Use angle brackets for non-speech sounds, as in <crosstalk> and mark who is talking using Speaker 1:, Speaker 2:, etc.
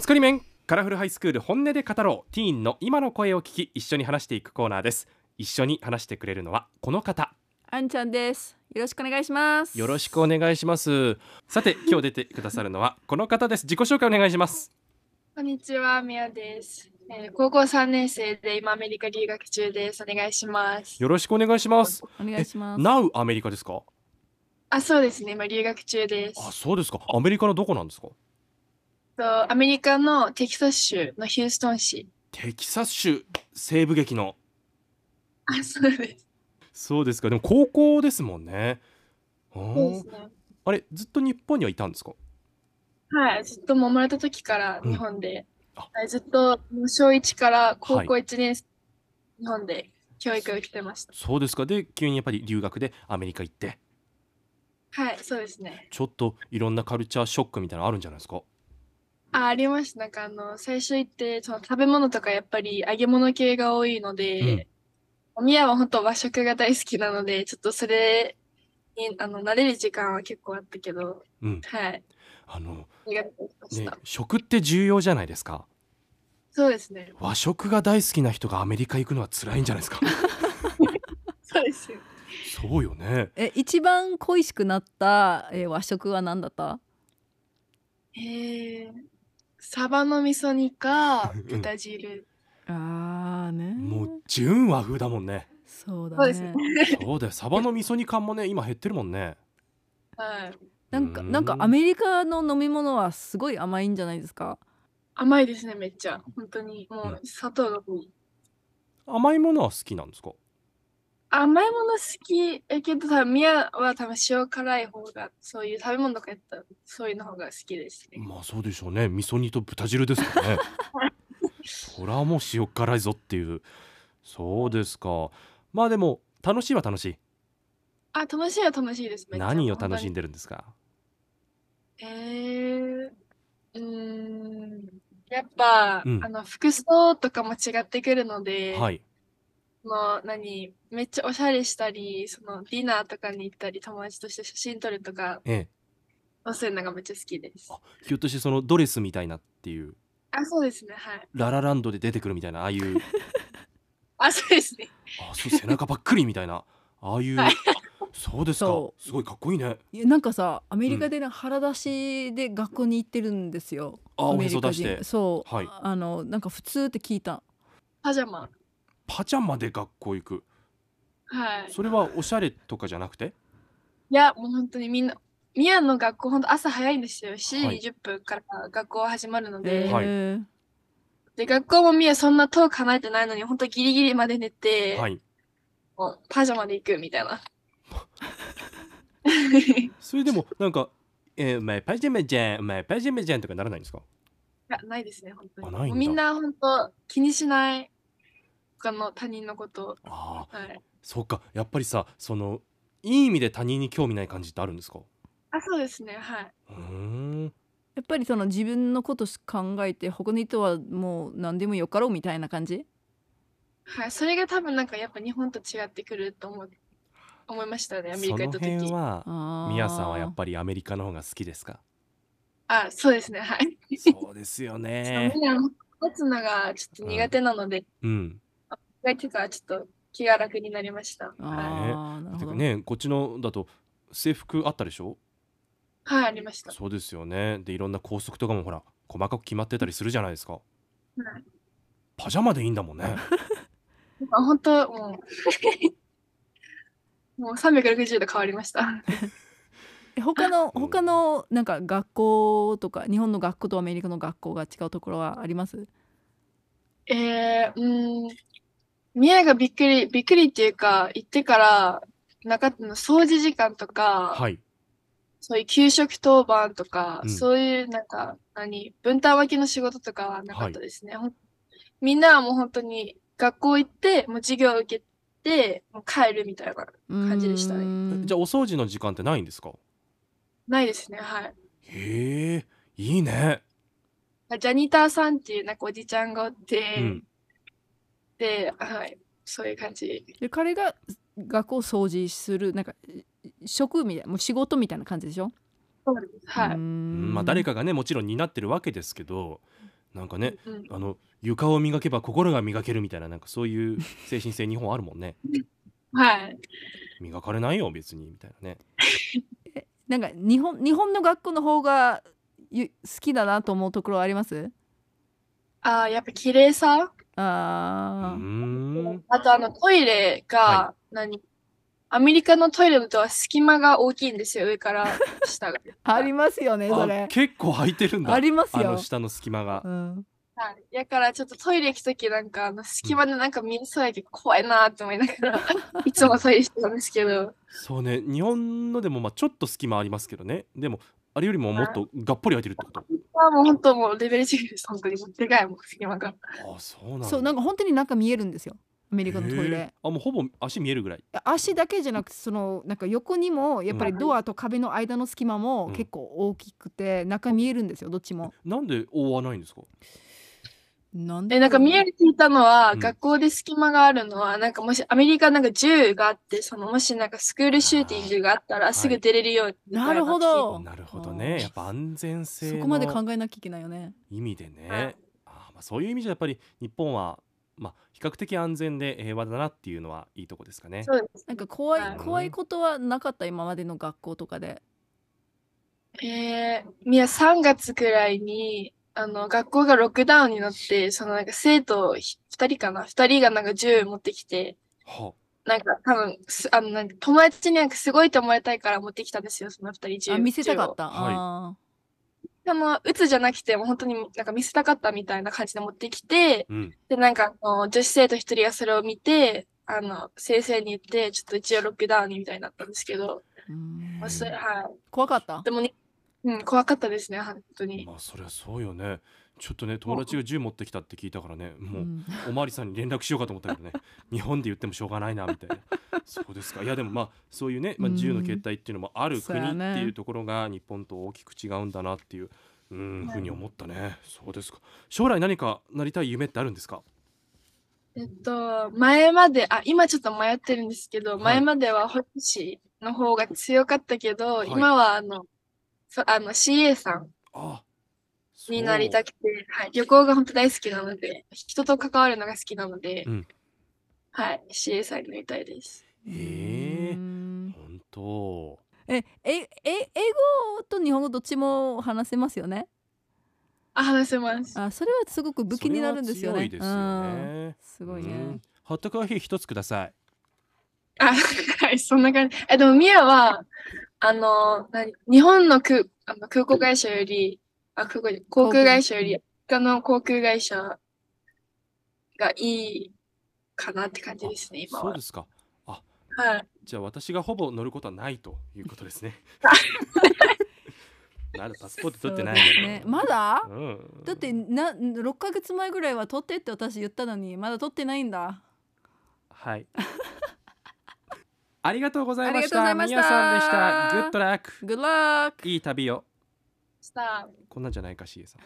Speaker 1: 作り面カラフルハイスクール本音で語ろうティーンの今の声を聞き一緒に話していくコーナーです一緒に話してくれるのはこの方
Speaker 2: あんちゃんです。よろしくお願いします。
Speaker 1: よろしくお願いしますさて今日出てくださるのはこの方です自己紹介お願いします
Speaker 3: こんにちは、みやです、えー高校3年生で今アメリカ留学中です。お願いします。
Speaker 1: よろしくお願いします
Speaker 2: お願いします。
Speaker 1: Now アメリカですか
Speaker 3: あ、そうですね。今留学中です。
Speaker 1: あそうですかアメリカのどこなんですか
Speaker 3: とアメリカのテキサス州のヒューストン市。
Speaker 1: テキサス州西部劇の
Speaker 3: あ、そうです。
Speaker 1: そうですかでも高校ですもんねあー
Speaker 3: そうですね。
Speaker 1: あれずっと日本にはいたんですか
Speaker 3: <laughs> はい、ずっともう生まれた時から
Speaker 1: うん
Speaker 3: 日本で、
Speaker 1: あ
Speaker 3: はい、ずっともう小1から高校1年生、日本で教育を受けてました。
Speaker 1: そうですかで急にやっぱり留学でアメリカ行って
Speaker 3: はい、そうですね。
Speaker 1: ちょっといろんなカルチャーショックみたいなのあるんじゃないですか
Speaker 3: あ、ありました。なんかあの、最初行って、その食べ物とかやっぱり揚げ物系が多いので、ミヤは本当和食が大好きなので、ちょっとそれに、あの、慣れる時間は結構あったけど、
Speaker 1: うん
Speaker 3: はい、
Speaker 1: あの
Speaker 3: 苦手でし
Speaker 1: ね
Speaker 3: た。
Speaker 1: 食って重要じゃないですか
Speaker 3: そうですね。
Speaker 1: 和食が大好きな人がアメリカ行くのは辛いんじゃない
Speaker 3: <laughs>
Speaker 1: ですか
Speaker 3: そうですよ。
Speaker 1: そうよね
Speaker 2: え、一番恋しくなった、えー和食は何だった？
Speaker 3: えー、サバの味噌煮か
Speaker 1: うん、
Speaker 3: 豚汁。
Speaker 2: ああね。
Speaker 1: もう純和風だもんね
Speaker 2: そうだ
Speaker 3: そう
Speaker 2: ね。
Speaker 3: ですね
Speaker 1: そうだよサバの味噌煮缶もね今減ってるもんね
Speaker 3: はい。
Speaker 2: なんか
Speaker 1: うん
Speaker 2: なんかアメリカの飲み物はすごい甘いんじゃないですか？
Speaker 3: 甘いですね、めっちゃ。本当に、もう砂糖が多い。
Speaker 1: 甘いものは好きなんですか
Speaker 3: 甘いもの好きやけど、多分ミヤは多分塩辛い方が、そういう食べ物とかやったら、そういうの方が好きですね。
Speaker 1: まあそうでしょうね味噌煮と豚汁ですから
Speaker 3: <laughs>
Speaker 1: ねそらもう塩辛いぞっていうそうですかまあでも楽しいは楽しい
Speaker 3: あ、楽しいは楽しいです。めっちゃ
Speaker 1: 何を楽しん
Speaker 3: 本
Speaker 1: でるんですか
Speaker 3: 当にえー、うーん。やっぱ、
Speaker 1: うん
Speaker 3: あの、服装とかも違ってくるので、
Speaker 1: はい
Speaker 3: その、何、めっちゃおしゃれしたり、その、ディナーとかに行ったり、友達として写真撮るとか、
Speaker 1: ええ
Speaker 3: そういうのがめっちゃ好きです。
Speaker 1: あひょっとしてそのドレスみたいなっていう
Speaker 3: あ、そうですね、はい。
Speaker 1: ララランドで出てくるみたいなああいう
Speaker 3: あ、そうですね。
Speaker 1: あそう背中ばっくりみたいなああいう
Speaker 3: はい
Speaker 1: あそうですか
Speaker 2: そ
Speaker 1: すごいかっこいいね
Speaker 2: いやなんかさアメリカで、ね腹出しで学校に行ってるんですよ。
Speaker 1: あ
Speaker 2: ア
Speaker 1: お
Speaker 2: メ
Speaker 1: へ
Speaker 2: リ
Speaker 1: そ
Speaker 2: カ
Speaker 1: 出し
Speaker 2: 人
Speaker 1: て
Speaker 2: そう、
Speaker 1: はい
Speaker 2: あのなんか普通って聞いた。
Speaker 3: パジャマ。
Speaker 1: パジャマで学校行く
Speaker 3: はい。
Speaker 1: それはおしゃれとかじゃなくて
Speaker 3: いや、もう本当にみんな、宮の学校、本当朝早いんですよ。7時
Speaker 1: はい
Speaker 3: 20分から学校始まるの
Speaker 2: え
Speaker 3: で、
Speaker 1: はい
Speaker 2: ー
Speaker 3: で、学校も宮そんな遠く離れてないのに、本当ギリギリまで寝て、
Speaker 1: はい
Speaker 3: もうパジャマで行くみた
Speaker 1: <laughs>
Speaker 3: いな。
Speaker 1: それでもなんか「えー、お前パジャマじゃんお前パジャマじゃん」とかならないんですか
Speaker 3: いや、ないですね、本当に。
Speaker 1: あないんだ
Speaker 3: もうみんな本当気にしない、他の他人のこと。
Speaker 1: ああ
Speaker 3: はい。
Speaker 1: そっかやっぱりさそのいい意味で他人に興味ない感じってあるんですか
Speaker 3: あ、そうですね、はい。
Speaker 1: うーん
Speaker 2: やっぱりその自分のことしか考えて他の人はもう何でもよかろうみたいな感じ？
Speaker 3: はい。それが多分なんかやっぱ日本と違ってくると思う、思いましたね、アメリ
Speaker 1: そ
Speaker 3: カ行
Speaker 1: の
Speaker 3: った
Speaker 1: 辺
Speaker 3: 時。
Speaker 1: は
Speaker 2: あー
Speaker 1: ミヤさんはやっぱりアメリカの方が好きですか
Speaker 3: あ、そうですね、はい。
Speaker 1: そうですよね
Speaker 3: みんな持つのがちょっと苦手なので、
Speaker 1: うん
Speaker 3: 意外とかちょっと気が楽になりました。はい、
Speaker 2: あーなる
Speaker 1: てか
Speaker 2: ほど。
Speaker 1: ねこっちのだと制服あったでしょ
Speaker 3: はい、ありました。
Speaker 1: そうですよねでいろんな校則とかもほら細かく決まってたりするじゃないですか
Speaker 3: はい
Speaker 1: パジャマでいいんだもん
Speaker 2: <laughs>
Speaker 1: ね
Speaker 3: なんか本当、もう、 <laughs> もう360度変わりま
Speaker 1: <laughs>
Speaker 3: した。
Speaker 2: え他の
Speaker 1: うん
Speaker 2: 他のなんか学校とか日本の学校とアメリカの学校が違うところはあります？
Speaker 3: えー、うーん、ミヤがびっくり、びっくりっていうか、行ってから、なかったの、掃除時間とか、
Speaker 1: はい
Speaker 3: そういう給食当番とか、
Speaker 1: うん
Speaker 3: そういうなんか、何、分担分けの仕事とかはなかったですね。ほんみんなはもう本当に学校行って、もう授業を受けて、もう帰るみたいな。
Speaker 2: 感
Speaker 3: じでしたね
Speaker 1: じゃあお掃除の時間ってないんですか
Speaker 3: ないですね、はい。
Speaker 1: へえいいね
Speaker 3: ジャニターさんっていうなんかおじちゃんがおって、
Speaker 1: うん
Speaker 3: で、はい、そういう感じ。
Speaker 2: で彼が学校を掃除するなんか職みたいなもう仕事みたいな感じでしょ？
Speaker 3: はい。
Speaker 2: うーん
Speaker 1: まあ誰かがねもちろん担ってるわけですけどなんかね、
Speaker 3: うん
Speaker 1: あの床を磨けば心が磨けるみたいななんかそういう精神性日本あるもん
Speaker 2: <laughs>
Speaker 1: ね
Speaker 3: はい。
Speaker 1: 磨かれないよ別にみたいなね
Speaker 2: なんか日本日本の学校の方がゆ好きだなと思うところあります
Speaker 3: ああ、やっぱ綺麗さ
Speaker 1: う
Speaker 2: あー、
Speaker 1: ーん
Speaker 3: あとあのトイレが
Speaker 1: は
Speaker 3: 何、アメリカのトイレのとは隙間が大きいんですよ、上から下が。
Speaker 2: ありますよねそ
Speaker 1: あ
Speaker 2: れ
Speaker 1: 結構空いてるんだ
Speaker 2: あります
Speaker 1: あの
Speaker 2: よ、
Speaker 1: 下の隙間が
Speaker 2: うん、
Speaker 3: はい。やからちょっとトイレ行くときなんかあの隙間でなんか見えそうやけど怖いなって思いながらいつもトイレしてたんですけど。
Speaker 1: そうね日本のでもまあちょっと隙間ありますけどねでもあれよりももっとがっぽり空いてるってこと
Speaker 3: あもう本当もうレベル違いです、本当に。でかいもん、隙間が。
Speaker 1: あそうなんだ
Speaker 2: そうなんか本当に中見えるんですよアメリカのトイ
Speaker 1: へ
Speaker 2: レ
Speaker 1: えあもうほぼ足見えるぐらい
Speaker 2: 足だけじゃなくそのなんか横にもやっぱりドアと壁の間の隙間
Speaker 1: う
Speaker 2: も
Speaker 1: ん
Speaker 2: 結構大きくて中見えるんですよどっちも。
Speaker 1: なんで覆わないんですか
Speaker 2: なん
Speaker 3: え、なんか見え
Speaker 2: る
Speaker 3: ていたのは、
Speaker 1: うん
Speaker 3: 学校で隙間があるのは、なんかもしアメリカなんか銃があって、そのもしなんかスクールシューティングがあった
Speaker 1: は
Speaker 3: ら
Speaker 1: い
Speaker 3: すぐ出れるようにみたい
Speaker 2: なるほど
Speaker 1: なるほど
Speaker 2: あ
Speaker 1: ね
Speaker 2: ー
Speaker 1: やっぱ安全性
Speaker 2: そこまで考
Speaker 1: の
Speaker 2: えなきゃいけないよね。
Speaker 1: 意味でね、
Speaker 3: はい
Speaker 1: あーまあ、そういう意味じゃやっぱり日本は、まあ、比較的安全で平和だなっていうのはいいとこですかね。
Speaker 3: そうです。
Speaker 2: なんか怖い、
Speaker 3: はい
Speaker 2: 怖いことはなかった今までの学校とかで。
Speaker 3: えー、いや、3月くらいに、あの、学校がロックダウンになって、そのなんか生徒ひ2人かな ?2 人がなんか銃持ってきて、
Speaker 1: は
Speaker 3: なんか多分す、あの、なんか友達になんかすごいと思われたいから持ってきたんですよ、その2人銃。
Speaker 2: あ見せたかっ
Speaker 3: 銃を。
Speaker 2: た。
Speaker 1: はい
Speaker 2: あ
Speaker 3: あの、鬱じゃなくて、もう本当になんか見せたかったみたいな感じで持ってきて、
Speaker 1: うん、
Speaker 3: で、なんかあの、女子生徒1人がそれを見て、あの、先生に言って、ちょっと一応ロックダウンにみたいになったんですけど、
Speaker 2: ーうん
Speaker 3: まあそれは
Speaker 2: 怖かった
Speaker 3: い。で。もね、うん、怖かったですね、本当に。
Speaker 1: まあそりゃそうよねちょっとね友達が銃持ってきたって聞いたからねも
Speaker 2: う
Speaker 1: うんおまわりさんに連絡しようかと思った
Speaker 2: <laughs>
Speaker 1: けどね日本で言ってもしょうがないなみたいなそうですかいやでもまあそういうね、まあ、
Speaker 2: うん
Speaker 1: 銃の携帯っていうのもある
Speaker 2: そう
Speaker 1: 国
Speaker 2: や
Speaker 1: って
Speaker 2: ね
Speaker 1: いうところが日本と大きく違うんだなっていう。うん、
Speaker 3: はい
Speaker 1: ふうに思ったね。そうですか。将来何かなりたい夢ってあるんですか。
Speaker 3: えっと、前まで、あ、今ちょっと迷ってるんですけど、
Speaker 1: い
Speaker 3: 前までは保育士の方が強かったけど、
Speaker 1: い
Speaker 3: 今はあの、そあの CA さん
Speaker 1: あ。そう
Speaker 3: になりたくて、はい、旅行が本当大好きなので、人と関わるのが好きなので、
Speaker 1: うん
Speaker 3: はい、CA さんになりたいです。
Speaker 1: へえ
Speaker 2: うん
Speaker 1: 本当。
Speaker 2: えええ英語と日本語どっちも話せますよね。
Speaker 3: あ、話せます。
Speaker 2: あそれはすごく武器になるんですよ
Speaker 1: それは強
Speaker 2: ね。
Speaker 1: いですよ
Speaker 2: うん
Speaker 1: ね。
Speaker 2: すごいうね
Speaker 1: ん。。ホットコーヒー一つください。
Speaker 3: あ、はい、そんな感じ。え、でも、ミヤは、あの、何、日本の空、あの空港会社より、あ、空港じゃない、航空会社より、他の航空会社がいいかなって感じですね、今
Speaker 1: そう
Speaker 3: は。
Speaker 1: ですか。
Speaker 3: はい。
Speaker 1: じゃあ私がほぼ乗ることはないということ
Speaker 2: <laughs>
Speaker 1: ですね。まだパスポート取ってない
Speaker 2: そうです
Speaker 1: の
Speaker 2: ね。まだ？
Speaker 1: うん
Speaker 2: だってな6ヶ月前ぐらいは撮ってって私言ったのにまだ撮ってないんだ
Speaker 1: はいありがとうございました
Speaker 2: ありがとうございま
Speaker 1: み
Speaker 2: した
Speaker 1: やさんでしたグッドラック
Speaker 2: Good luck!
Speaker 1: いい旅を
Speaker 3: さあ、
Speaker 1: こんなんじゃないかしえさん